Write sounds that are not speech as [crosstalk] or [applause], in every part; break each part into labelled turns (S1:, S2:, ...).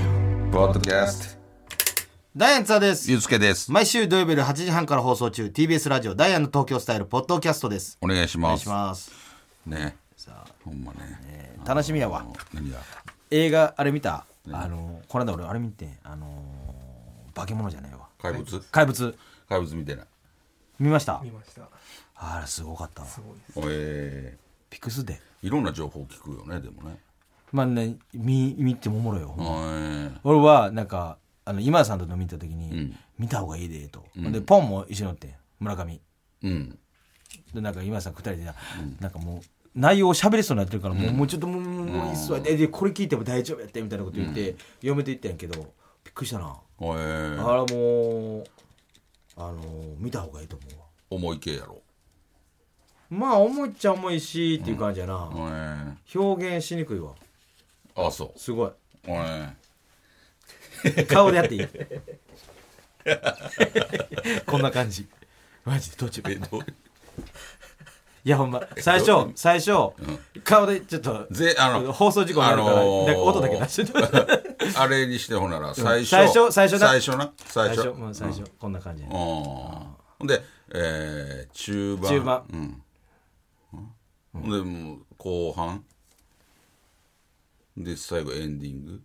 S1: ッドキャスト
S2: ダイアンツァです
S1: ゆうすけです
S2: 毎週土曜日夜8時半から放送中 TBS ラジオダイアンの東京スタイルポッドキャストです
S1: お願いし
S2: お願
S1: ま
S2: い
S1: す
S2: します
S1: ね
S2: さあ
S1: ほんまね
S2: えー楽しみやわ
S1: 何だ
S2: 映画あれ見たあのこの間俺あれ見てんあのー化け物じゃないわ
S1: 怪物
S2: 怪物
S1: 怪物見てない
S2: 見ました
S3: 見ました
S2: あれすごかったわ
S3: すごいです
S1: おえ
S2: ピクスで
S1: ーいろんな情報聞くよねでもね
S2: まあね見見てもおもろいよ、
S1: おえ
S2: 俺はなんかあの今田さんと飲みに行った時に、
S1: ん
S2: 見た方がいいでと、でポンも一緒に乗ってん村上
S1: うん
S2: でなんか今田さん二人でな,、なんかもう内容を喋りそうになってるから、もうもうちょっともうもういいっすわででこれ聞いても大丈夫やってみたいなこと言って、嫁と言ったんやけどびっくりしたな、
S1: おえー
S2: あれもうあのー見た方がいいと思うわ
S1: 重い系やろ
S2: まあ重いっちゃ重いしっていう感じやな、
S1: おえー
S2: 表現しにくいわ
S1: あそ
S2: すごいう
S1: おえ
S2: 顔でやってい [laughs] いこんな感じマジでどっちも
S1: ー
S2: い
S1: えど
S2: [laughs]
S1: う
S2: やほんま最初最初、顔でちょっと
S1: ぜあの
S2: 放送事故になるから、
S1: あのー
S2: なんか音だけ出して
S1: あれにしてほんなら最初
S2: 最初最初な
S1: 最初な最
S2: 最
S1: 初
S2: 初うん最初、こんな感じ、
S1: うんほんで、えー、中盤
S2: 中盤
S1: うん、うん、でもう後半で最後エンディング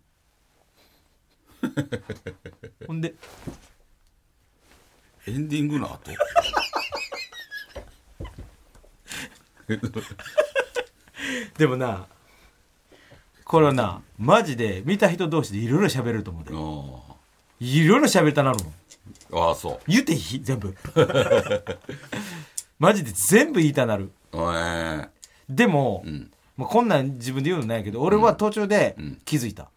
S2: ほんで
S1: エンディングの後
S2: でもなこれはなマジで見た人同士でいろいろ喋れると思うでいろいろ喋りたなるもん
S1: あああそう
S2: 言うていい全 [laughs] 部マジで全部言いたなる
S1: えー、
S2: でも、まあ、こんなん自分で言うのないけど俺は途中で気づいた、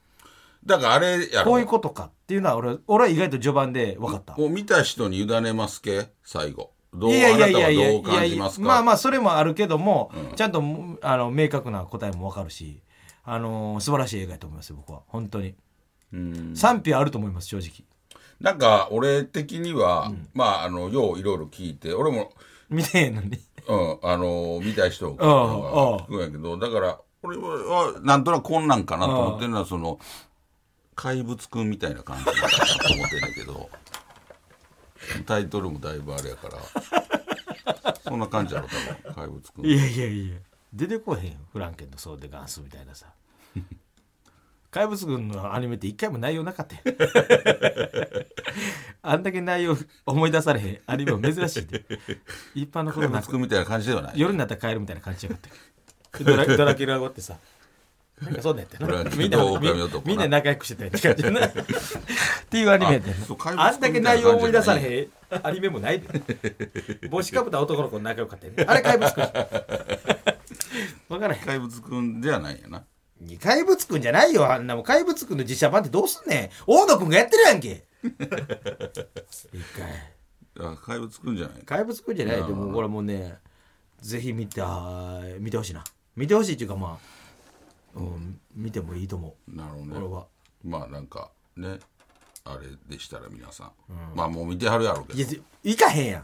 S1: だからあれやろ
S2: こういうことかっていうのは俺は俺は意外と序盤で分かった、
S1: もう見た人に委ねますけ最後どう
S2: いやいやいや
S1: あ
S2: い
S1: なたは
S2: や
S1: いどう
S2: や
S1: 感
S2: い
S1: じ
S2: や
S1: ますか
S2: まあまあそれもあるけども、ちゃんとあの明確な答えも分かるし、あのー素晴らしい映画やと思いますよ僕は本当に
S1: うん
S2: 賛否あると思います正直 [laughs]
S1: なんか俺的には、まああのよういろいろ聞いて俺も
S2: 見てへんのに
S1: うん、あのー見たい人が
S2: ああ
S1: 聞くんやけど、だから、俺は、あなんとなくこんなんかなと思ってるのは、その、怪物くんみたいな感じだなと思ってんだけ
S2: [laughs]
S1: ど、タイトルもだいぶあれやから、そんな感じやろ、多分、怪物くん。
S2: いやいやいや出てこへんよフランケンとソーデガンスみたいなさ [laughs] 怪物軍のアニメって一回も内容なかったよ
S1: [laughs]
S2: あんだけ内容思い出されへんアニメは珍し
S1: [laughs]
S2: いで一般のこと
S1: 怪
S2: な
S1: 物
S2: く
S1: くんみたいな感じではない。
S2: 夜になったら帰るみたいな感じやがったけどドラドラキュラ終わってさなんかそうなんやった
S1: ド
S2: よ
S1: ラ
S2: な
S1: キュラ
S2: みんな
S1: 狼
S2: み
S1: 男な
S2: みんな仲良くしてたよって感じやなっていうアニメやったよ
S1: あそう怪
S2: な
S1: 物
S2: あんだけ内容思い出されへんアニメもないで帽子かぶった男の子仲良かったよねあれ怪物くん分からへん
S1: 怪物くんではないんやな。
S2: 怪物くんじゃないよあんなもん怪物くんの実写版ってどうすんねん大野くんがやってるやんけ一回
S1: あ怪物くんじゃない
S2: 怪物くんじゃないでもこれもうねぜひ見てあー見てほしいな見てほしいっていうかまあ、うん、見てもいいと思
S1: なるほ
S2: う俺
S1: どね。
S2: は
S1: まあなんか、ね、あれでしたら皆さん。まあもう見てはるやろうけど
S2: いや。ぜ行かへんやん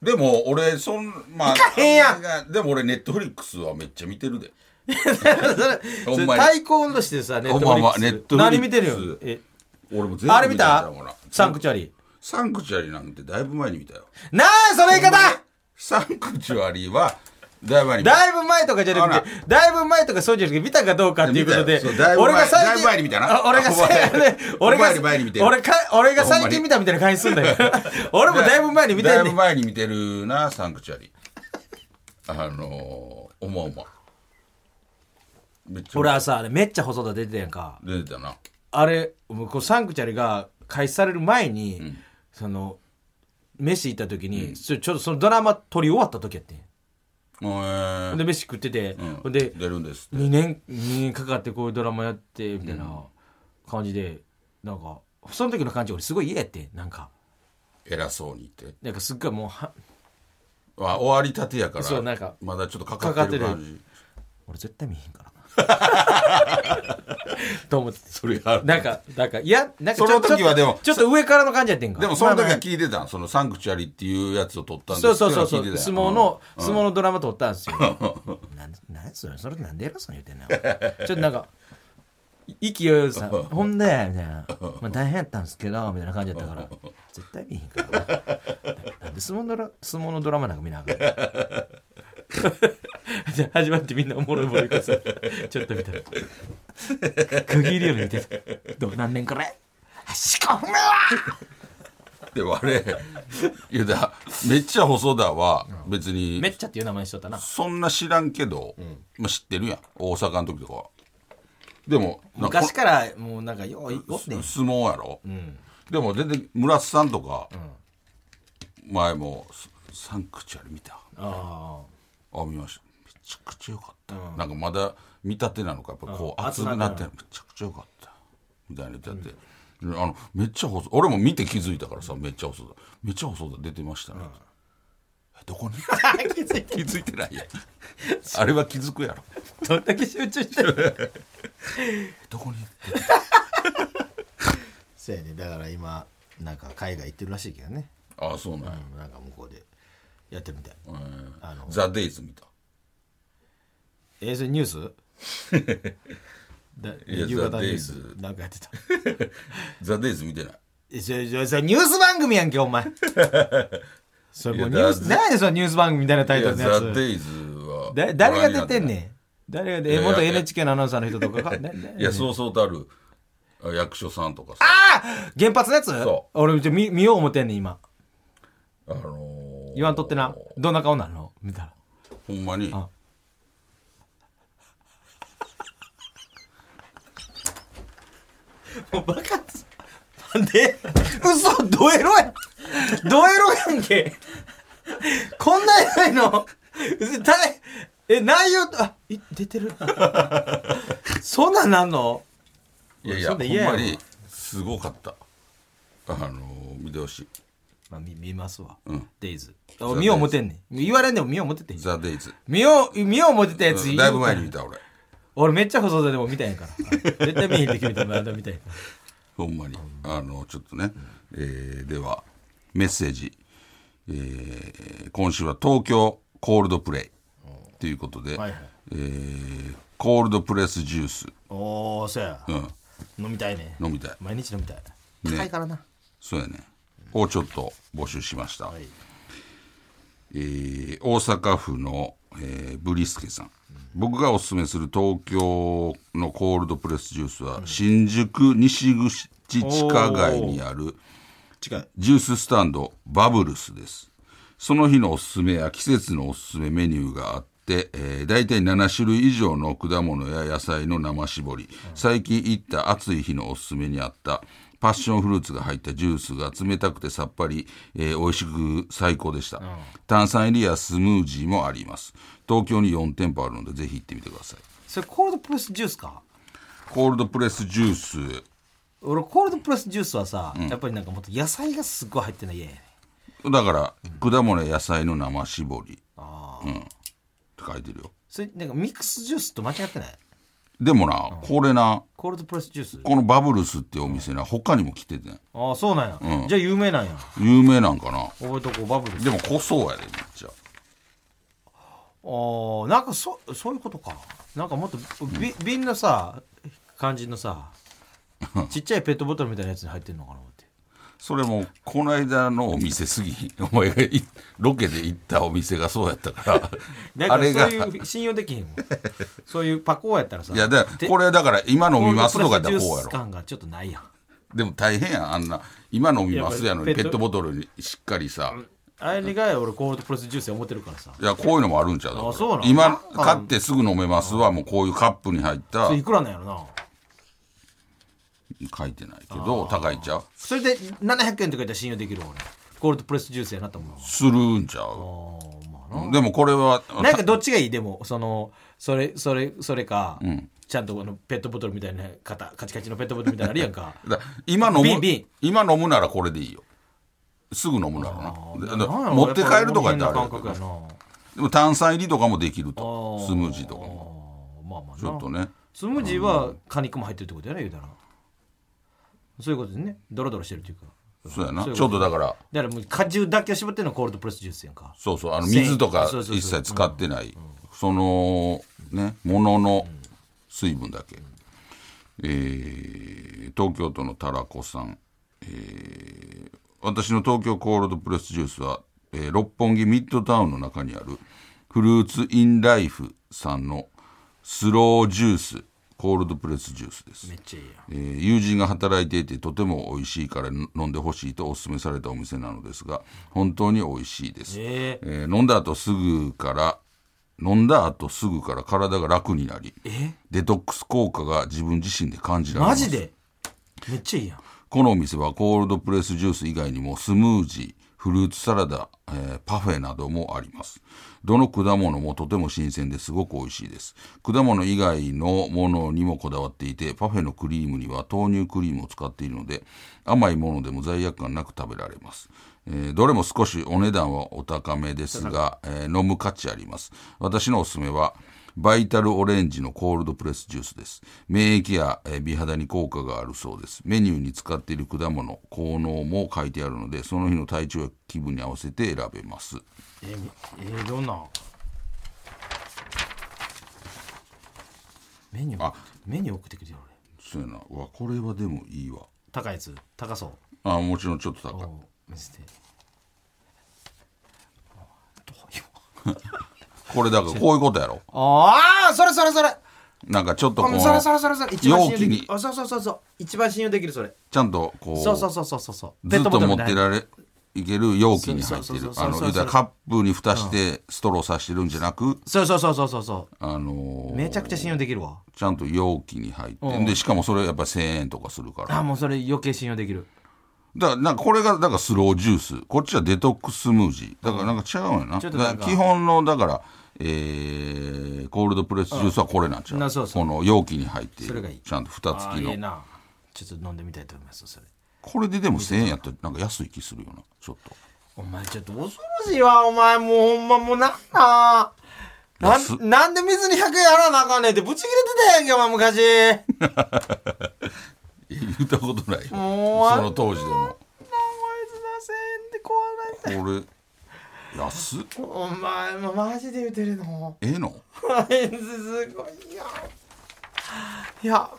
S1: でも俺そんまあ
S2: 行かへんやん
S1: あでも俺ネットフリックスはめっちゃ見てるで
S2: それ
S1: [laughs] ほ
S2: そ
S1: ん
S2: れ
S1: まに
S2: 対抗としてさネッ
S1: ほん
S2: ト
S1: ま
S2: フ
S1: ほん
S2: リッ
S1: ま
S2: クス
S1: ネットフリックス
S2: 何見てるよえ
S1: 俺も全部
S2: あれ見た
S1: ほら
S2: サンクチュアリ
S1: サンクチュアリなんてだいぶ前に見たよ
S2: ーなあその言い方
S1: サンクチュアリはだいぶ前に見た
S2: だいぶ前とかじゃなくて
S1: あ、
S2: だいぶ前とかそうじゃなくて、見たかどうかっていうことで
S1: 見たよそうだい、ぶ前
S2: 俺が
S1: だ
S2: 最
S1: いぶ
S2: 近、
S1: 前に見たな
S2: あ俺が
S1: お前
S2: 最近、俺
S1: お前より前に見てる
S2: が、俺か、俺が
S1: ほ
S2: 最
S1: んまに
S2: 近見たみたいな感じすん
S1: [laughs]
S2: だよ。俺もだいぶ前に見た
S1: だ
S2: ん
S1: い
S2: で
S1: ぶ。前に見てるなサンクチュアリあのー、おまおまめっちゃ
S2: 俺はさ、あれめっちゃ細田出てたやんか。
S1: 出てたな
S2: あれ、もうこうサンクチャリが開始される前に、その、飯行った時に、ちょちょうどそのドラマ撮り終わった時やってん。
S1: えー、
S2: で、飯食ってて、
S1: うん
S2: ほんで、
S1: 出るんですって
S2: 2年、2年かかってこういうドラマやって、みたいな感じで、なんか、その時の感じ俺すごい嫌やってん、なんか。
S1: 偉そうに言って
S2: なんかすっごいもうは、
S1: あ終わりたてやから
S2: そうなんか
S1: まだちょっとかかってる
S2: かか
S1: 感
S2: って
S1: じ
S2: 俺絶対見えへんからな。
S1: [laughs]
S2: と思ってて。
S1: それある
S2: なんか、なんか、いや、なんかちょ
S1: その時はでも
S2: ちょっとちょっと上からの感じやってんか。
S1: でもその時
S2: まあま
S1: は
S2: あ
S1: 聞いてたんそのサンクチュアリっていうやつを取ったんです
S2: そうそう
S1: っての
S2: そうそう
S1: は聞いてた
S2: 相
S1: ん
S2: 撲の、相撲のドラマ撮ったんですよなんなんそれそれなんで偉そうに言ってんのちょっとなんか
S4: 意気揚々とさ「ほんで」みたいな「まあ、大変やったんですけど」みたいな感じやったから絶対見えへんからななんで相撲ドラ相撲のドラマなんか見なあかんのじゃあ始まってみんなおもろいおもろいからさちょっと見たら区切りより見てたどう何年くらいしかふめは
S1: でもあ
S2: [laughs]
S1: れ言うためっちゃ細田は別に
S4: めっちゃっていう名前にしとったな
S1: そんな知らんけど、まあ、知ってるやん大阪の時とかはでもなんか
S4: 昔からもうなんかようおってん
S1: 相撲やろ、でも全然村瀬さんとか、前も「サンクチュアリ」見た
S4: あ
S1: あ見ましためちゃくちゃ良かった、なんかまだ見たてなのかやっぱこう
S4: うん
S1: 熱くなってるめちゃくちゃ良かったみたいな言ってあって、であのめっちゃ細い俺も見て気づいたからさめっちゃ細いめっちゃ細い出てましたね、えどこに
S4: あ
S2: [laughs]
S4: 気づいて
S1: 気づいてないやん [laughs] あれは気づくやろ
S4: どんだけ集中してる
S1: えどこに
S2: そうやねだから今なんか海外行ってるらしいけどね、
S1: ああそうなんや、
S2: うん、なんか向こうでやってるみたい、
S1: うん
S2: あの
S1: ザ・デイズ見た
S2: えーそれニュース
S1: [laughs]
S2: だ
S1: いや
S2: 夕方ニュース
S1: ザデイ
S2: なんかやってた
S1: ザ・デイズ見てない
S2: えそれそれそれニュース番組やんけ
S1: [laughs]
S2: お前それもう
S1: い
S2: ニ
S1: や
S2: ュー
S1: だ
S2: ス何やねんそのニュース番組みたいなタイ
S1: い
S2: ト
S1: や
S2: ルのや
S1: ザ・
S2: つ
S1: デイズは
S2: だ誰が出てんね
S1: ん
S2: ん誰が
S1: い
S2: 出
S1: や
S2: え
S1: いや
S2: 元 NHK のアナウンサーの人とかか
S1: いやそうそうたるあ役所さんとかさ
S2: 原発のやつ
S1: そ
S2: 俺ちょ見見よう思ってんねん今
S1: あのー
S2: 言わんとってなどんな顔なんの見たら
S1: ほんまに
S2: あ
S4: もうバカっす
S2: なんで嘘ドエロや
S4: ドエロ関係こんなんやないのたえ内容あい出てるそんなんなんの
S1: いやいや
S2: そんなん嫌や
S1: ほ
S2: わ
S1: んまにすごかったあのー、見てほしい
S2: まあ見見ますわ
S1: うん
S2: デイズあ見よう思てんねん言われんでも見よう思ててん
S1: ザ・デイズ
S2: 見よう見よう思てたやつ
S1: うんだいぶ前に見た俺
S2: 俺めっちゃ細田でも見たんやから絶対見へんって決めたまだ見たんやから
S1: ほんまにあのちょっとね、えーではメッセージ、えー今週は東京コールドプレイということで、
S2: はいはい
S1: えーコールドプレスジュース、
S2: おおそうや、
S1: うん、
S2: 飲みたいね
S1: 飲みたい
S2: 毎日飲みたい
S1: ね
S2: 高いからな、
S1: そうやねをちょっと募集しました、えー大阪府の、えーブリスケさん僕がおすすめする東京のコールドプレスジュースは、新宿西口地下街にある
S2: 近い
S1: ジューススタンドバブルスですその日のおすすめや季節のおすすめメニューがあって、えー、大体7種類以上の果物や野菜の生搾り、最近行った暑い日のおすすめにあったパッションフルーツが入ったジュースが冷たくてさっぱり、えー美味しく最高でした、炭酸入りやスムージーもあります東京に4店舗あるのでぜひ行ってみてください
S2: それコールドプレスジュースか
S1: コールドプレスジュース
S2: 俺コールドプレスジュースはさ、やっぱりなんかもっと野菜がすっごい入ってないやん
S1: だから果物や野菜の生搾り、うん、って書いてるよ
S2: それなんかミックスジュースと間違ってない
S1: でもな、これな、
S2: コールドプレスジュース
S1: このバブルスってお店な、他にも来ててん、
S2: ああそうなんや、じゃあ有名なんや
S1: 有名なんかな。
S2: 覚えとこうバブル
S1: でも、濃そうやで、めっちゃ。
S2: ああなんかそそういうことかなんかもっとび瓶のさ感じのさちっちゃいペットボトルみたいなやつに入ってんのかな思って
S1: それも、この間のお店すぎ、お前がいロケで行ったお店がそうやった
S2: [laughs]
S1: か
S2: だ
S1: ら、あ
S2: から
S1: れが、
S2: そう
S1: い
S2: いう信用できへんもんそういうパコーやったらさ
S1: や、だからこれだから、今飲みますとかやったらこうや
S2: コールドプレスジュース
S1: ろ。
S2: 感がちょっとないやん
S1: でも大変やん、あんな、今飲みますやのに、
S2: いやこ
S1: ペ
S2: れ
S1: ットボトルにしっかりさ、
S2: あれ以外俺コールドプレスジュースや思ってるからさ
S1: いや、こういうのもあるんちゃうだから
S2: あそうなん
S1: 今、買ってすぐ飲めますは、もうこういうカップに入った
S2: それ、いくらなんやろな
S1: 書いてないけど、高いんちゃう
S2: それで700円とか言ったら信用できるわ俺コールドプレスジュースやなと思うわ
S1: するんちゃう
S2: あーまあ
S1: でもこれは、
S2: ななんかどっちがいいでもそのそれそれそれか、ちゃんとこのペットボトルみたいな型カチカチのペットボトルみたいなのあるやん
S1: [laughs]
S2: か
S1: だ今飲む
S2: 瓶瓶
S1: 今飲むならこれでいいよすぐ飲むならなでだ
S2: なんやろ
S1: 持って帰るとかやったら
S2: 俺
S1: あ
S2: この辺の感
S1: れやけ
S2: 覚やな
S1: どでも炭酸入りとかもできると
S2: あ
S1: スムージーとか
S2: あ
S1: も
S2: ーまあまあな
S1: ちょっとね
S2: スムージーは果肉も入ってるってことやな言うたらそういうことですねドロドロしてるっていうか
S1: そうやな
S2: そういう
S1: ち
S2: こ
S1: ょ
S2: と
S1: っとだから
S2: だからもう果汁だけを絞ってるのはコールドプレスジュースやんか
S1: そうそうあの
S2: 繊維
S1: 水とか
S2: そうそうそう
S1: 一切使ってないそのねものの水分だけえー東京都のたらこさん、えー私の東京コールドプレスジュースは、えー六本木ミッドタウンの中にあるフルーツインライフさんのスロージュースコールドプレスジュースです
S2: めっちゃいいや
S1: えー友人が働いていてとても美味しいから飲んでほしいとお勧めされたお店なのですが本当に美味しいです、
S2: え
S1: えー飲んだ後すぐから飲んだ後すぐから体が楽になり
S2: え
S1: デトックス効果が自分自身で感じられま
S2: マ
S1: す
S2: ジでめっちゃいいやん
S1: このお店はコールドプレスジュース以外にもスムージーフルーツサラダ、えーパフェなどもありますどの果物もとても新鮮ですごく美味しいです果物以外のものにもこだわっていてパフェのクリームには豆乳クリームを使っているので甘いものでも罪悪感なく食べられます、えーどれも少しお値段はお高めですが、えー飲む価値あります私のおすすめはバイタルオレンジのコールドプレスジュースです。免疫やえー美肌に効果があるそうです。メニューに使っている果物、効能も書いてあるので、その日の体調や気分に合わせて選べます。
S2: ええーどんなメニューメニュー送ってくれよ俺
S1: そうやな。うわ、これはでもいいわ。
S2: 高いやつ高そう
S1: あ、もちろんちょっと高い。
S2: お見せてどうよ
S1: これだから、こういうことやろ。
S2: ああそれそれそれ
S1: なんかちょっとこ
S2: うんそれそれ
S1: の、
S2: それそれ一番信
S1: 容
S2: 用
S1: 器
S2: で
S1: に
S2: きるあそうそうそうそう一番信用できるそれ
S1: ちゃんとこう、
S2: そうそうそうそうそうそう
S1: ずっと持っ
S2: みた
S1: て
S2: いな
S1: られ、いける容器に入って
S2: そうそ
S1: る
S2: う。そうそう
S1: あの、
S2: そうそ
S1: 言
S2: う
S1: うたらカップに蓋してストローさしてるんじゃなく、
S2: そうそうそうそうそうそ
S1: あの
S2: う
S1: ー
S2: めちゃくちゃ信用できるわ
S1: ちゃんと容器に入って、
S2: うん
S1: でしかもそれやっぱり1000円とかするから
S2: あーもうそれ余計信用できる
S1: だからなんかこれがだからスロージュースこっちはデトックススムージーだからなんか違うんやな,、
S2: ちょっと
S1: だ
S2: な
S1: か
S2: んから
S1: 基本のだからえー、コールドプレスジュースはこれなんちゃう,、
S2: なそうそう
S1: この容器に入ってい
S2: それ
S1: る
S2: がいい
S1: ちゃんと蓋
S2: あ
S1: 付
S2: あ
S1: き
S2: いい
S1: の
S2: なちょっと飲んでみたいと思いますそれ
S1: これででも1000円やったらなんか安い気するよなちょっと
S2: お前ちょっと恐ろしいわお前もうほんまもうなんなな
S1: 安っ
S2: んなんで水に100円払わなあかんねんってブチ切れてたやんけお前昔
S1: いや言ったことないよそ
S2: もうあんな
S1: の当時でも
S2: なお前ずなせんで怖ない
S1: これ安っ
S2: お前もマジで言うてるの
S1: ええの
S2: あいつすごいよいや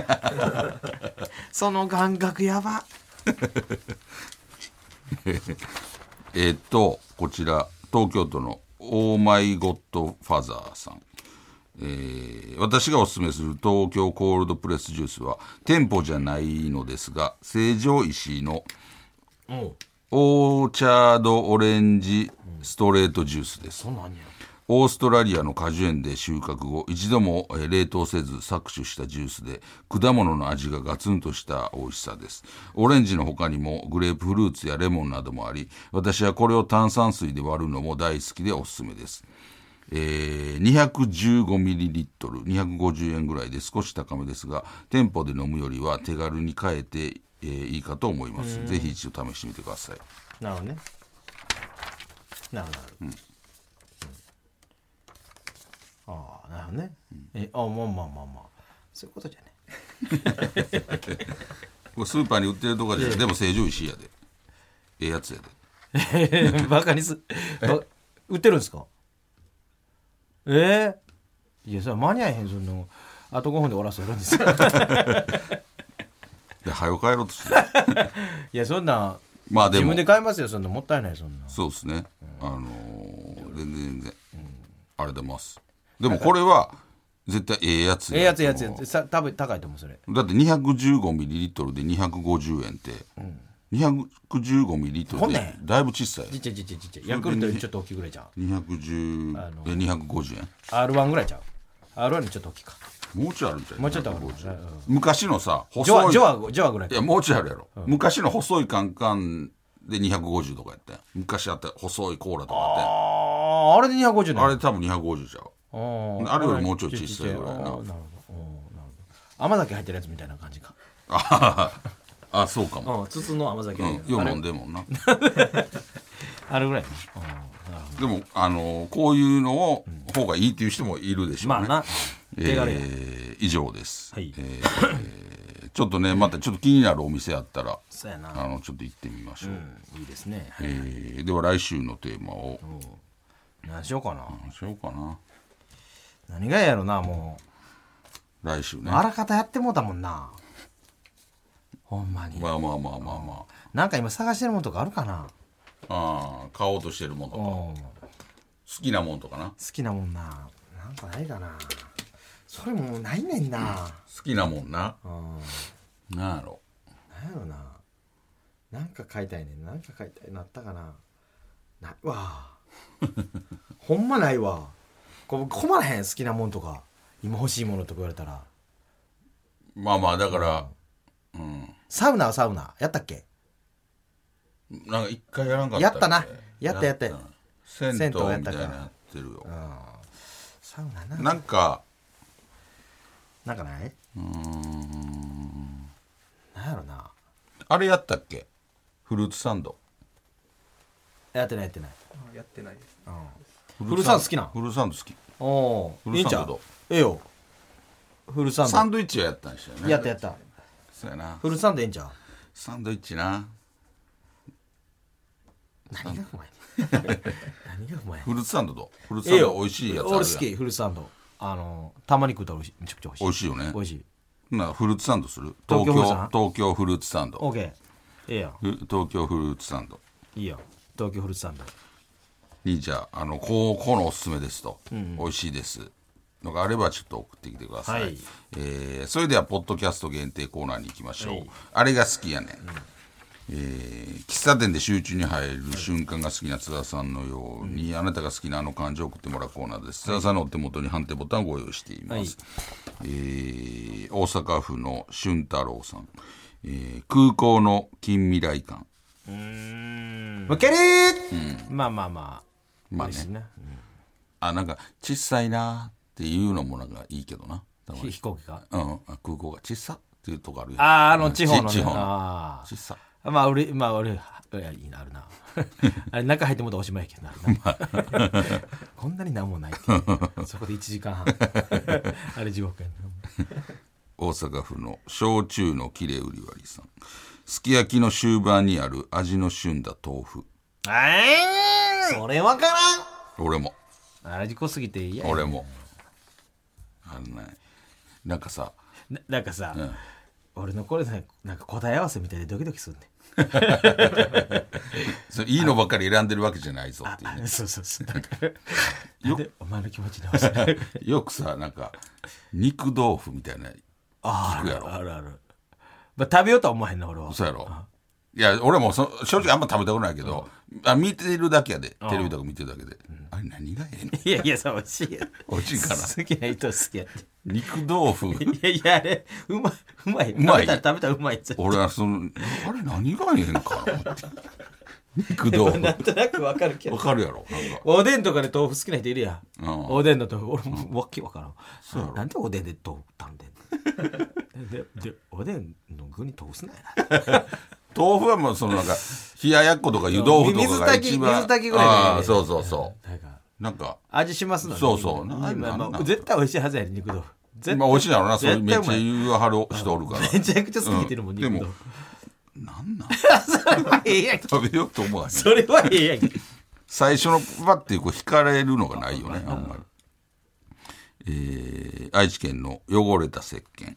S1: [laughs]
S2: その感覚やば
S1: えーっとこちら東京都のオーマイゴッドファザーさん、えー私がおすすめする東京コールドプレスジュースは店舗じゃないのですが成城石井のオーチャードオレンジストレートジュースです、
S2: そんなんあんねや
S1: オーストラリアの果樹園で収穫後一度もえー冷凍せず搾取したジュースで果物の味がガツンとした美味しさですオレンジの他にもグレープフルーツやレモンなどもあり私はこれを炭酸水で割るのも大好きでおすすめですえー 215ml250 円ぐらいで少し高めですが店舗で飲むよりは手軽に買えて、えーいいかと思いますぜひ一度試してみてください
S2: なるほどねなるほどなるほど、ああなるほどね、えあまあまあまあまあそういうことじゃね
S1: これスーパーに売ってるとかじゃないでも成城石井やでええやつやで
S2: えー [laughs] バカにすば売ってるんですかえー、いやそれは間に合えへんそんなのあと5分で終わらせるんです [laughs] よ
S1: で早く帰ろうとして
S2: いやそんな
S1: まあで
S2: 自
S1: も
S2: 分で買いますよそんなもったいないそんな
S1: そうですねあのー全然全然あれでますでもこれは絶対ええやつ
S2: ええやつええやつええ
S1: と
S2: や
S1: 思う
S2: つさ多分高いと思うそれ
S1: だって 215ml で250円って、215ml
S2: んな
S1: で
S2: ん
S1: だいぶ小さい
S2: ちっちゃいちっちゃいちっちゃいヤクルトよりちょっと大きいぐらいじゃん
S1: 210
S2: あの
S1: え250円
S2: R1 ぐらいじゃん R1 よりちょっと大きいか
S1: もうちょいあるんちゃう
S2: もうちょっとある
S1: 250
S2: うん
S1: 昔のさ
S2: ジョ
S1: 細
S2: ア
S1: い
S2: ジョアジョアぐらい
S1: い
S2: か
S1: やもうちょいあるやろ、昔の細いカンカンで250とかやったやん昔あった細いコーラとかあっ
S2: あああれで250
S1: たやんあ
S2: な
S1: れ多分250ちゃう
S2: の
S1: あれよりもうちょい小さいぐらいな
S2: あーなるほどうんなるほど甘酒入ってるやつみたいな感じか
S1: あああそうかも、
S2: うん筒の甘酒
S1: うん
S2: 入って、る
S1: よ
S2: あ
S1: う
S2: れ
S1: 飲んでんもんな [laughs]
S2: あれぐらいね
S1: でもあのーこういうのを方がいいっていう人もいるでしょう
S2: ま
S1: ね、
S2: あな
S1: え
S2: 手軽や
S1: ー以上です、
S2: はい
S1: えーえーちょっとねまたちょっと気になるお店あったら
S2: そうや
S1: あ
S2: な
S1: のちょっと行ってみましょう、
S2: うんいいですね
S1: えーでは来週のテーマを
S2: 何しようかな
S1: 何しようかな
S2: 何がええやろなもう
S1: 来週ね
S2: あらかたやってもうたもんなほんまに
S1: まあまあまあまあま
S2: なんか今探してるもんとかあるかな
S1: あああ買おうとしてるもんとか好
S2: 好
S1: きなもんとかな
S2: きなもんななんかないかなそれももうないねんな
S1: 好きなもんな
S2: うん
S1: なんやろ
S2: なんやろななんか買いたいねんなんか買いたいなったかなない
S1: [laughs]
S2: わほんまないわこ困らへん好きなもんとか今欲しいものとか言われたら
S1: まあまあだからうん
S2: サウナはサウナやったっけ
S1: なんか一回やらんかった
S2: やったなやったやった
S1: な銭湯み
S2: 銭湯
S1: た
S2: や
S1: い
S2: っ
S1: な
S2: たか
S1: のやってるよ
S2: サウナな
S1: なんか
S2: なんかないなんやろな
S1: あれやったっけフルーツサンド
S2: やってないやってない
S5: やってないです
S1: フ
S2: ルーツサンド好きなん
S1: フルーツサンド好き
S2: おお
S1: フ
S2: ー
S1: ル
S2: いいんちゃ
S1: サンドど
S2: う
S1: う
S2: ええよフルサンド
S1: サンドイッチはやったんですよね
S2: やったやった
S1: そうやな
S2: フルサンドええんちゃう
S1: サンドイッチな
S2: 何がうまい
S1: [laughs]
S2: 何がうまい
S1: フルーツサンドどうフルーツ
S2: え
S1: サ
S2: え
S1: ン
S2: よ
S1: ド美味しいやつあるやん
S2: 俺好きフルーツサンドあのたまに食うたら美味しいめちゃくちゃ美味し
S1: 美味し
S2: い
S1: いよね
S2: 美味しい
S1: なフルーツサンドする東
S2: 東京
S1: 京
S2: フルーツサン
S1: 東京フルーツサンド
S2: オーケーええやん
S1: ふ東京フルーツサンド
S2: いいやん東京フルーツサンド
S1: にじゃああのこうこうのおすすめですと、美味しいですのがあればちょっと送ってきてください、
S2: はい
S1: えーそれではポッドキャスト限定コーナーに行きましょう、あれが好きやねん、えー喫茶店で集中に入る瞬間が好きな津田さんのように、あなたが好きなあの感じを送ってもらうコーナーです津田さんのお手元に判定ボタンをご用意しています、えー大阪府の俊太郎さん、えー空港の近未来感
S2: むけりーまあまあまあ
S1: まあね
S2: 嬉しいな
S1: あなんか小さいなーっていうのもなんかいいけどなたま
S2: ひ
S1: に
S2: 飛行機か
S1: うん、あ空港が小さっていうとこあるよ
S2: あああの
S1: うん
S2: 地方のね
S1: ち地方
S2: あー
S1: 小さ
S2: まあ俺まあ俺いやいいなあ
S1: [laughs]
S2: るなあれ中入ってもうたらおしまいやけどなあれなこんなになんもないってそこで1時
S1: [laughs]
S2: 間半あれ地獄やな
S1: 大阪府の焼酎のきれ売り割りさんすき焼きの終盤にある味の旬だ豆腐
S2: それわか
S1: 俺も
S2: らんあれ事故すぎて嫌や
S1: 俺もあのねなんかさ
S2: ななんかさ、俺のこれねなんか答え合わせみたいでドキドキするね
S1: それいいのばっかり選んでるわけじゃないぞっていうね
S2: ん [laughs] そうそうそうなんかなんでお前の気持ち直
S1: [laughs]
S2: せない
S1: よくさなんか肉豆腐みたいな
S2: あ
S1: 聞くや
S2: る
S1: ろ
S2: あるある、まあ、食べようとは思わへんな俺は
S1: そうやろいや俺もそ正直あんま食べたことないけど、あ見てるだけやでテレビとか見てるだけで、あれ何がええの
S2: いやいやさ美味しいや
S1: 美味しいかな
S2: 好きな人は好きやって
S1: 肉豆
S2: [laughs]
S1: 腐
S2: いやいやあれうまいうまい
S1: まい
S2: 食べたら食べたらうまいっつ
S1: 俺はそのあれ何がええんかなって肉豆腐
S2: なんとなくわかるけ
S1: わ
S2: ど
S1: かるやろなんか
S2: おでんとかで豆腐好きな人いるやん、
S1: うん
S2: おでんの豆腐俺もうわけわからん、なんでおでんで豆腐たんでん [laughs] ででおでんの具に豆腐すなやな
S1: 豆腐はもうそのなんか冷ややっことか湯豆腐とかが
S2: 水
S1: 一
S2: 炊き
S1: 番
S2: 水炊きぐらいがいいね
S1: ああそうそうそ
S2: なんか
S1: うなんか
S2: 味しますのね
S1: そうそう
S2: 今
S1: な
S2: 今
S1: なん
S2: ま
S1: な
S2: あ
S1: ん
S2: 絶対美味しいはずやね肉豆腐絶
S1: まあ美味しいやろなそういう
S2: 絶
S1: めっ
S2: 対う
S1: ちゃ
S2: まい
S1: 言うはる人おるから
S2: めちゃくちゃ好きって言ってる
S1: う
S2: もん
S1: ん
S2: 肉豆
S1: でも
S2: 腐
S1: なんなん
S2: [laughs] それはええやんけ
S1: 食べようと思わへん
S2: それはええやんけ
S1: 最初のパッてこう惹かれるのがないよねあんまり、えー愛知県の汚れた石鹸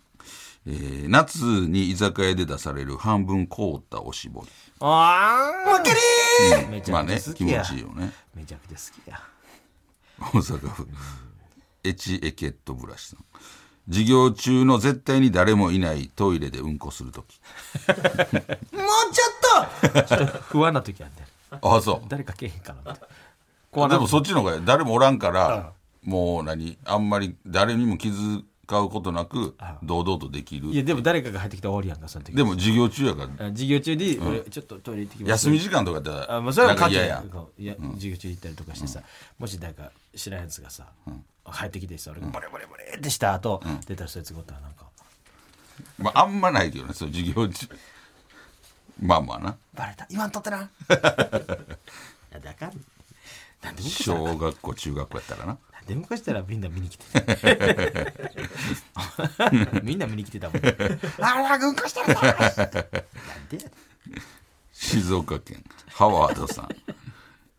S1: えー夏に居酒屋で出される半分凍ったおしぼり
S2: ああわかりめち
S1: まあ
S2: ゃく
S1: ね
S2: ちゃ好
S1: 気
S2: き
S1: 持
S2: や
S1: ちいいよね
S2: めちゃくちゃ好きや
S1: 大阪府エチエケットブラシさん授業中の絶対に誰もいないトイレでうんこするとき
S2: [laughs] もうちょっとちょっと不安な時あんね
S1: [laughs] ああそう
S2: 誰かけへんかなって
S1: でもそっちの方が誰もおらんから、もう何あんまり誰にも気遣うことなく堂々とできる
S2: いやでも誰かが入ってきたら終わりやんかその時
S1: でも授業中やから
S2: あ授業中に俺ちょっとトイレ行ってきます
S1: 休み時間とかだった
S2: あ
S1: ら
S2: まあそれは
S1: なんか
S2: 勝
S1: 嫌
S2: ちや
S1: や
S2: いや授業中行ったりとかしてさ、もし誰か知らんやつがさ、入ってきてさ俺がバレバレバレってした後、出たらそいつごとはなんか
S1: まああんまないけどねそう授業中まあまあな
S2: バレた今ん
S1: [laughs]
S2: とってないやだからなんで昔
S1: 小学校中学校やったらな
S2: なんで昔したらみんな見に来て
S1: [laughs]
S2: たみんな見に来てたもんあら軍化したらなんでや
S1: 静岡県ハワードさん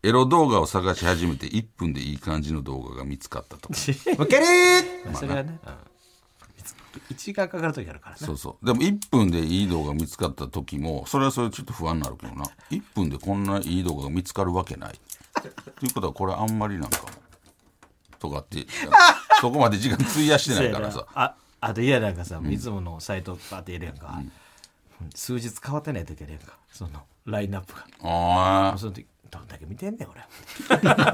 S1: エロ動画を探し始めて1分でいい感じの動画が見つかったと
S2: 受けるそれはね、うん一がかかる時あるからな
S1: そうそうでも1分でいい動画見つかった時もそれはそれでちょっと不安になるけどな1分でこんないい動画が見つかるわけないということはこれあんまりなんかもとかってそこまで時間費やしてないから
S2: そう
S1: さ
S2: やなああと嫌なんかさ、いつものサイトバーってやるやんか、数日変わってない時あるやんかそのラインナップが
S1: あ
S2: その時どんだけ見てんねん俺 [laughs]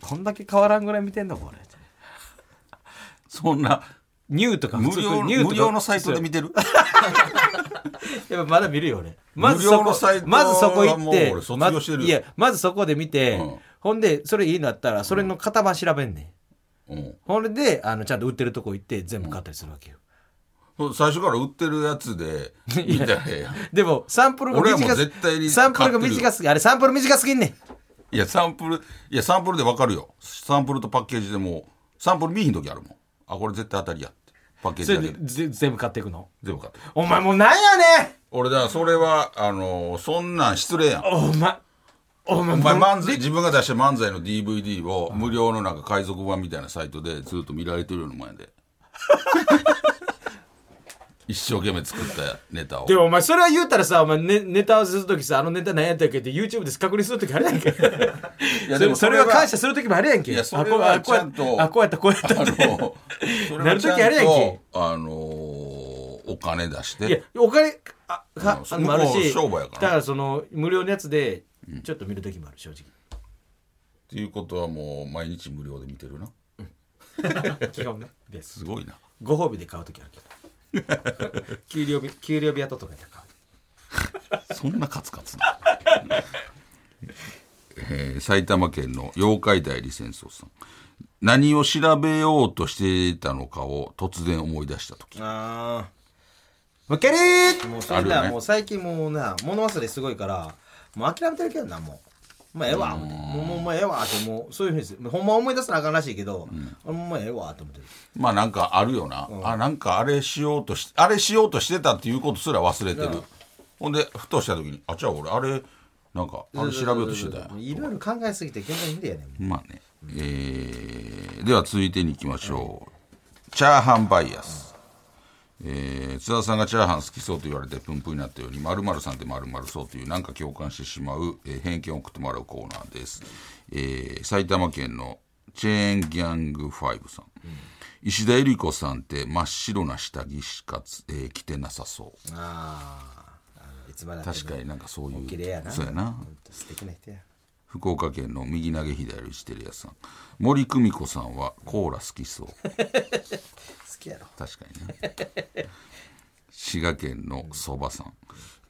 S2: こんだけ変わらんぐらい見てんのこれ
S1: そんな
S2: ニューとか普
S1: 無
S2: 通
S1: 料
S2: ニューとか
S1: 無料のサイトで見てる
S2: やっぱまだ見るよ俺
S1: 無料
S2: ま
S1: の
S2: ずそこ
S1: サイトは
S2: まずそこ行っ
S1: もう
S2: て
S1: 俺卒業してるよ
S2: まずいやまずそこで見て、
S1: うん
S2: ほんでそれいいのあったらそれの型番調べんねん、
S1: うん
S2: ほんであのちゃんと売ってるとこ行って全部買ったりするわけよ、
S1: 最初から売ってるやつで見たらええやん
S2: でもサンプルが
S1: 俺はも
S2: 短
S1: う
S2: す
S1: 絶対に
S2: サンプルが
S1: 買ってる
S2: 短すぎあれサンプル短すぎんねん
S1: いやサンプルいやサンプルでわかるよサンプルとパッケージでもうサンプル見ひん時あるもんあこれ絶対当たりやってパッケー
S2: そ
S1: ジ
S2: れ
S1: だけ
S2: で
S1: で
S2: ぜ全部買っていくの
S1: 全部買ってる
S2: お前もうなんやねん
S1: 俺だからそれはあのーそんなん失礼やん
S2: お前お前
S1: お前漫才自分が出した漫才の DVD を無料のなんか海賊版みたいなサイトでずっと見られてるようなもんや
S2: [laughs]
S1: で一生懸命作ったネタを
S2: でもお前それは言うたらさお前ネネタ合わせするときさあのネタ何やったっけって YouTube で確認するときあれや
S1: [laughs]
S2: んけ
S1: いやでも
S2: それ
S1: そ
S2: そ
S1: れ
S2: れ
S1: は
S2: は感謝するときもあれやんけ
S1: いやそれ
S2: あこう
S1: は
S2: あこうや
S1: ちゃんと
S2: あこうやったこうやった
S1: あ
S2: って
S1: のそれ
S2: な
S1: は
S2: る
S1: ちゃ
S2: 時あれや
S1: ん
S2: んけ
S1: とあのーお金出して
S2: いやお金あか
S1: そ
S2: あ
S1: う
S2: のある
S1: 向こう
S2: し
S1: 商売やから
S2: だからその無料のやつでちょっと見るときもある正直 [laughs]
S1: っていうことはもう毎日無料で見てるな
S2: 基本ねです
S1: すごいな
S2: ご褒美で買うときあるけ
S1: [laughs]
S2: ど給料日給料日雇っとかやったら買う
S1: そんなカツカツな、えー埼玉県の妖怪代理戦争さん何を調べようとしていたのかを突然思い出した時
S2: ああ。もう、キャリーもう、そ
S1: あ
S2: れ
S1: るよ
S2: だ、
S1: ね
S2: もう最近もうな、物忘れすごいから、もう諦めてるけどな、もう。もうええわ、思ってもう、もうもうええわ、って、もう、そういうふうにする。ほんま思い出すなあかんらしいけど、俺もうもうええわ、と思ってる。
S1: まあなんかあるよな、あなんかあれしようとしあれしようとしてたっていうことすら忘れてる、ほんでふとした時にあじゃあ俺あれなんかあれ調べようとしてたやん
S2: いろいろ考えすぎて、現在無理やねん。
S1: まあね、えーでは続いてに行きましょう、チャーハンバイアス、えー津田さんがチャーハン好きそうと言われてプンプンになったように〇〇さんって〇〇そうというなんか共感してしまう、えー偏見を送ってもらうコーナーです、えー埼玉県のチェーンギャング5さん、石田ゆり子さんって真っ白な下着しかつ、えー着てなさそう
S2: ああ。あのいつまで
S1: 確かになんかそういう
S2: 綺麗やな。
S1: そうやな
S2: ほんと素敵な人や。
S1: 福岡県の右投げ左打ちテレ屋さん森久美子さんはコーラ好きそう
S2: 好きやろ。
S1: 確かにね滋賀県のそばさん、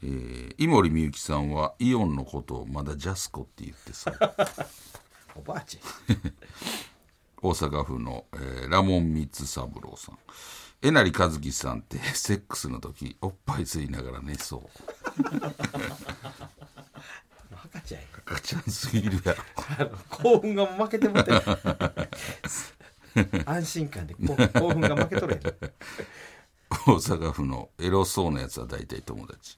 S1: えー、井森美幸さんはイオンのことをまだジャスコって言ってさ
S2: おばあち
S1: 大阪府の、えーラモン光三郎さんえなりかずきさんってセックスの時おっぱい吸いながら寝そう
S2: ゃん。赤ちゃんや。
S1: 赤ちゃんすぎるやろ
S2: あの興奮が負けても
S1: [laughs]
S2: てる安心感でこう興奮が負けとるやん
S1: 大阪府のエロそうなやつは大体友達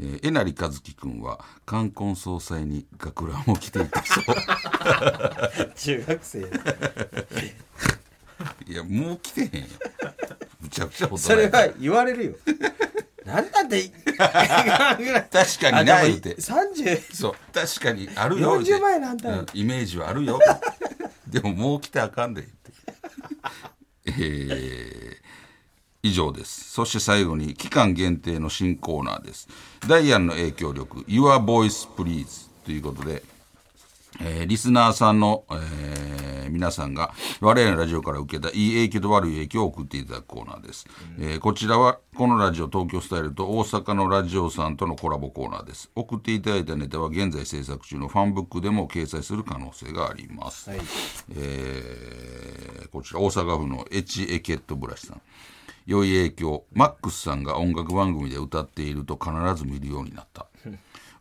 S1: えーえなりかずきくんは冠婚葬祭に学ランを着ていたそう
S2: [laughs] 中学生
S1: いやもう着てへんよむちゃくちゃ大人
S2: そ
S1: や
S2: れ
S1: から
S2: は言われるよ何だって
S1: 確かにないって
S2: 3040
S1: そう確かにあるよって
S2: 万円なんだよ
S1: うんイメージはあ
S2: [laughs]
S1: るよでももう来てあかんでってえー以上ですそして最後に期間限定の新コーナーですダイアンの影響力 YourVoicePlease ということでえーリスナーさんの、えー皆さんが我々のラジオから受けたいい影響と悪い影響を送っていただくコーナーです、えーこちらはこのラジオ東京スタイルと大阪のラジオさんとのコラボコーナーです送っていただいたネタは現在制作中のファンブックでも掲載する可能性があります、えーこちら大阪府のエチエケットブラシさん良い影響マックスさんが音楽番組で歌っていると必ず見るようになった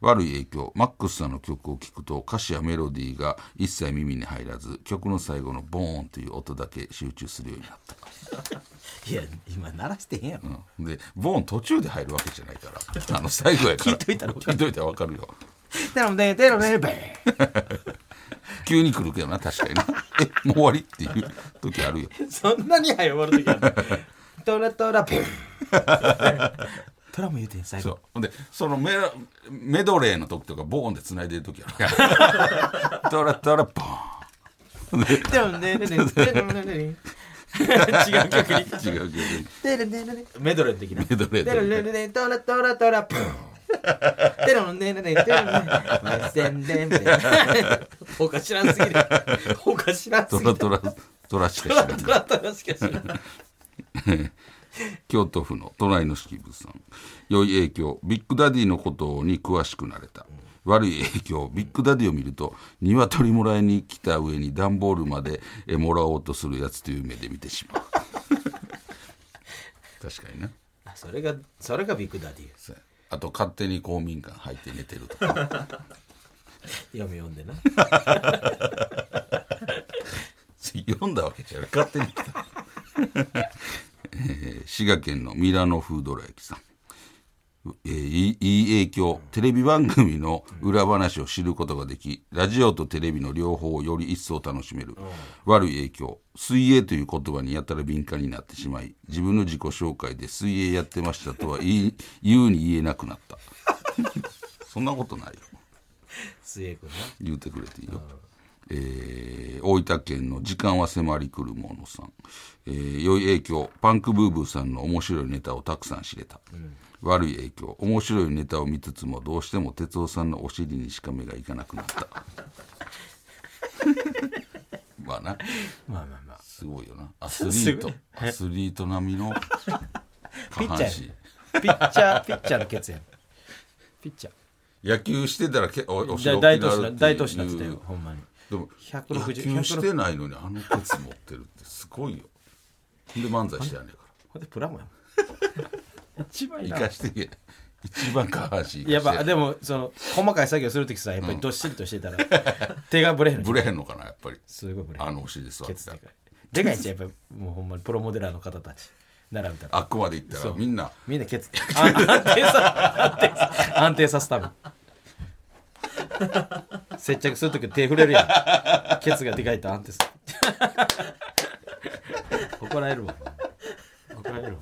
S1: 悪い影響マックスさんの曲を聴くと歌詞やメロディーが一切耳に入らず曲の最後のボーンという音だけ集中するようになった、
S2: いや今鳴らしてへんやろ
S1: うん、でボーン途中で入るわけじゃない
S2: [laughs]
S1: からあの最後やから
S2: 聞いといたら
S1: 分
S2: 分
S1: かる
S2: か
S1: 聞いといたら分かるよ
S2: テロねテロねバー
S1: 急に来るけどな確かになえもう終わりっていう時あるよ
S2: ンそんなに早まる時あるトラトラブントラも言うてん最
S1: そ
S2: 後
S1: うほんでそのメラメドレーの時とかボーンで繋いでる時あ [laughs] るトラトラボー [laughs]
S2: でもねねねねねねね違う曲に
S1: ン違うけど
S2: テレテレテメドレーの的な
S1: メドレー
S2: テレレレレトラトラトラプンテロネレレテロネマセンデンデン他知らんすぎる他知らんす
S1: ト
S2: ぎる
S1: ラトラトラしか
S2: トラ
S1: [laughs] 知らない
S2: トラトラしか知らん
S1: 京都府の隣の式物さん良い影響ビッグダディのことに詳しくなれた悪い影響ビッグダディを見ると鶏もらいに来た上に段ボールまでえもらおうとするやつという目で見てしま [laughs] う確かにな
S2: あそれがそれがビッグダディ
S1: そうやあと勝手に公民館入って寝てるとか [laughs]
S2: 読み読んでな
S1: 読んだわけじゃない勝手に来た、 [laughs] えー滋賀県のミラノフードラ焼きさんえーいいいい影響テレビ番組の裏話を知ることができラジオとテレビの両方をより一層楽しめる、悪い影響水泳という言葉にやたら敏感になってしまい自分の自己紹介で水泳やってましたとは言い言うに言えなくなった [laughs] そんなことないよ
S2: 水泳君な
S1: 言うてくれていいよ、えー大分県の「時間は迫り来るもの」さん、えー良い影響パンクブーブーさんの面白いネタをたくさん知れた、悪い影響面白いネタを見つつもどうしても哲夫さんのお尻にしか目がいかなくなった
S2: [laughs]
S1: まあな
S2: まあまあまあ
S1: すごいよなアスリートアスリート並
S2: [laughs]
S1: みの
S2: ピ
S1: 下半
S2: ッチャ
S1: 身
S2: ーやピッチャーピッチャーのケツやんピッチャ
S1: 野球してたらけおお
S2: ー
S1: 尻大きく
S2: 大都
S1: な
S2: 市
S1: る
S2: な
S1: っていう
S2: 大都市なってたよほんまに
S1: でも
S2: 160
S1: 野球してないのにあのケツ持ってるってすごいよ。で漫才してやんねえか
S2: ほんでプラモやもん一番い
S1: ら。生
S2: いな
S1: かしてけ一番下半身
S2: やっぱ
S1: 生かして
S2: でもその細かい作業するときさやっぱりどっしりとしてたら、手がぶれへんの
S1: ぶれへんのかなやっぱり。
S2: すごいぶれへん
S1: あのお尻座っ
S2: ケ
S1: て
S2: ツ
S1: た
S2: で
S1: ら
S2: かいでかいんちゃうやっぱりもうほんまにプロモデラーの方たち並べたら
S1: あっこまで行ったらみんな
S2: みんなケツあ安定さ安定さ安定させため接着するとき手触れるやんケツがでかいと安定する怒られるわ怒られるわ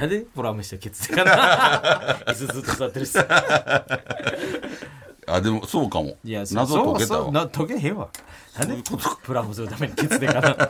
S2: なんでプラムしてケツでかな椅子ずっと座ってるし
S1: あでもそうかも。
S2: いや、そ
S1: 謎解けた
S2: そうそう
S1: わ。
S2: な解けへんわ。なん
S1: そうい
S2: で
S1: うことか。
S2: プラモするためにケツでかな。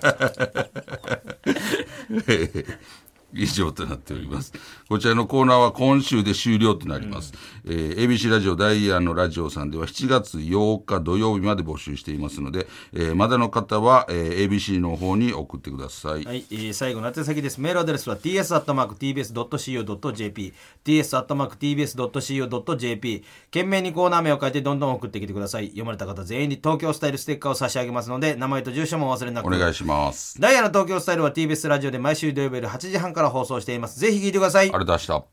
S1: [laughs] 以上となっております。こちらのコーナーは今週で終了となります。えー ABC ラジオダイヤのラジオさんでは7月8日土曜日まで募集していますので、えーまだの方は、えー ABC の方に送ってください。
S4: はい、えー最後の宛先です。メールアドレスは ts.tbs.co.jp、ts.tbs.co.jp、懸命にコーナー名を書いてどんどん送ってきてください。読まれた方全員に東京スタイルステッカーを差し上げますので、名前と住所もお忘れなく。
S1: お願いします。
S4: ダイヤの東京スタイルは TBS ラジオで毎週土曜日夜8時半から放送しています。ぜひ聞いてください
S1: あ。れ出した。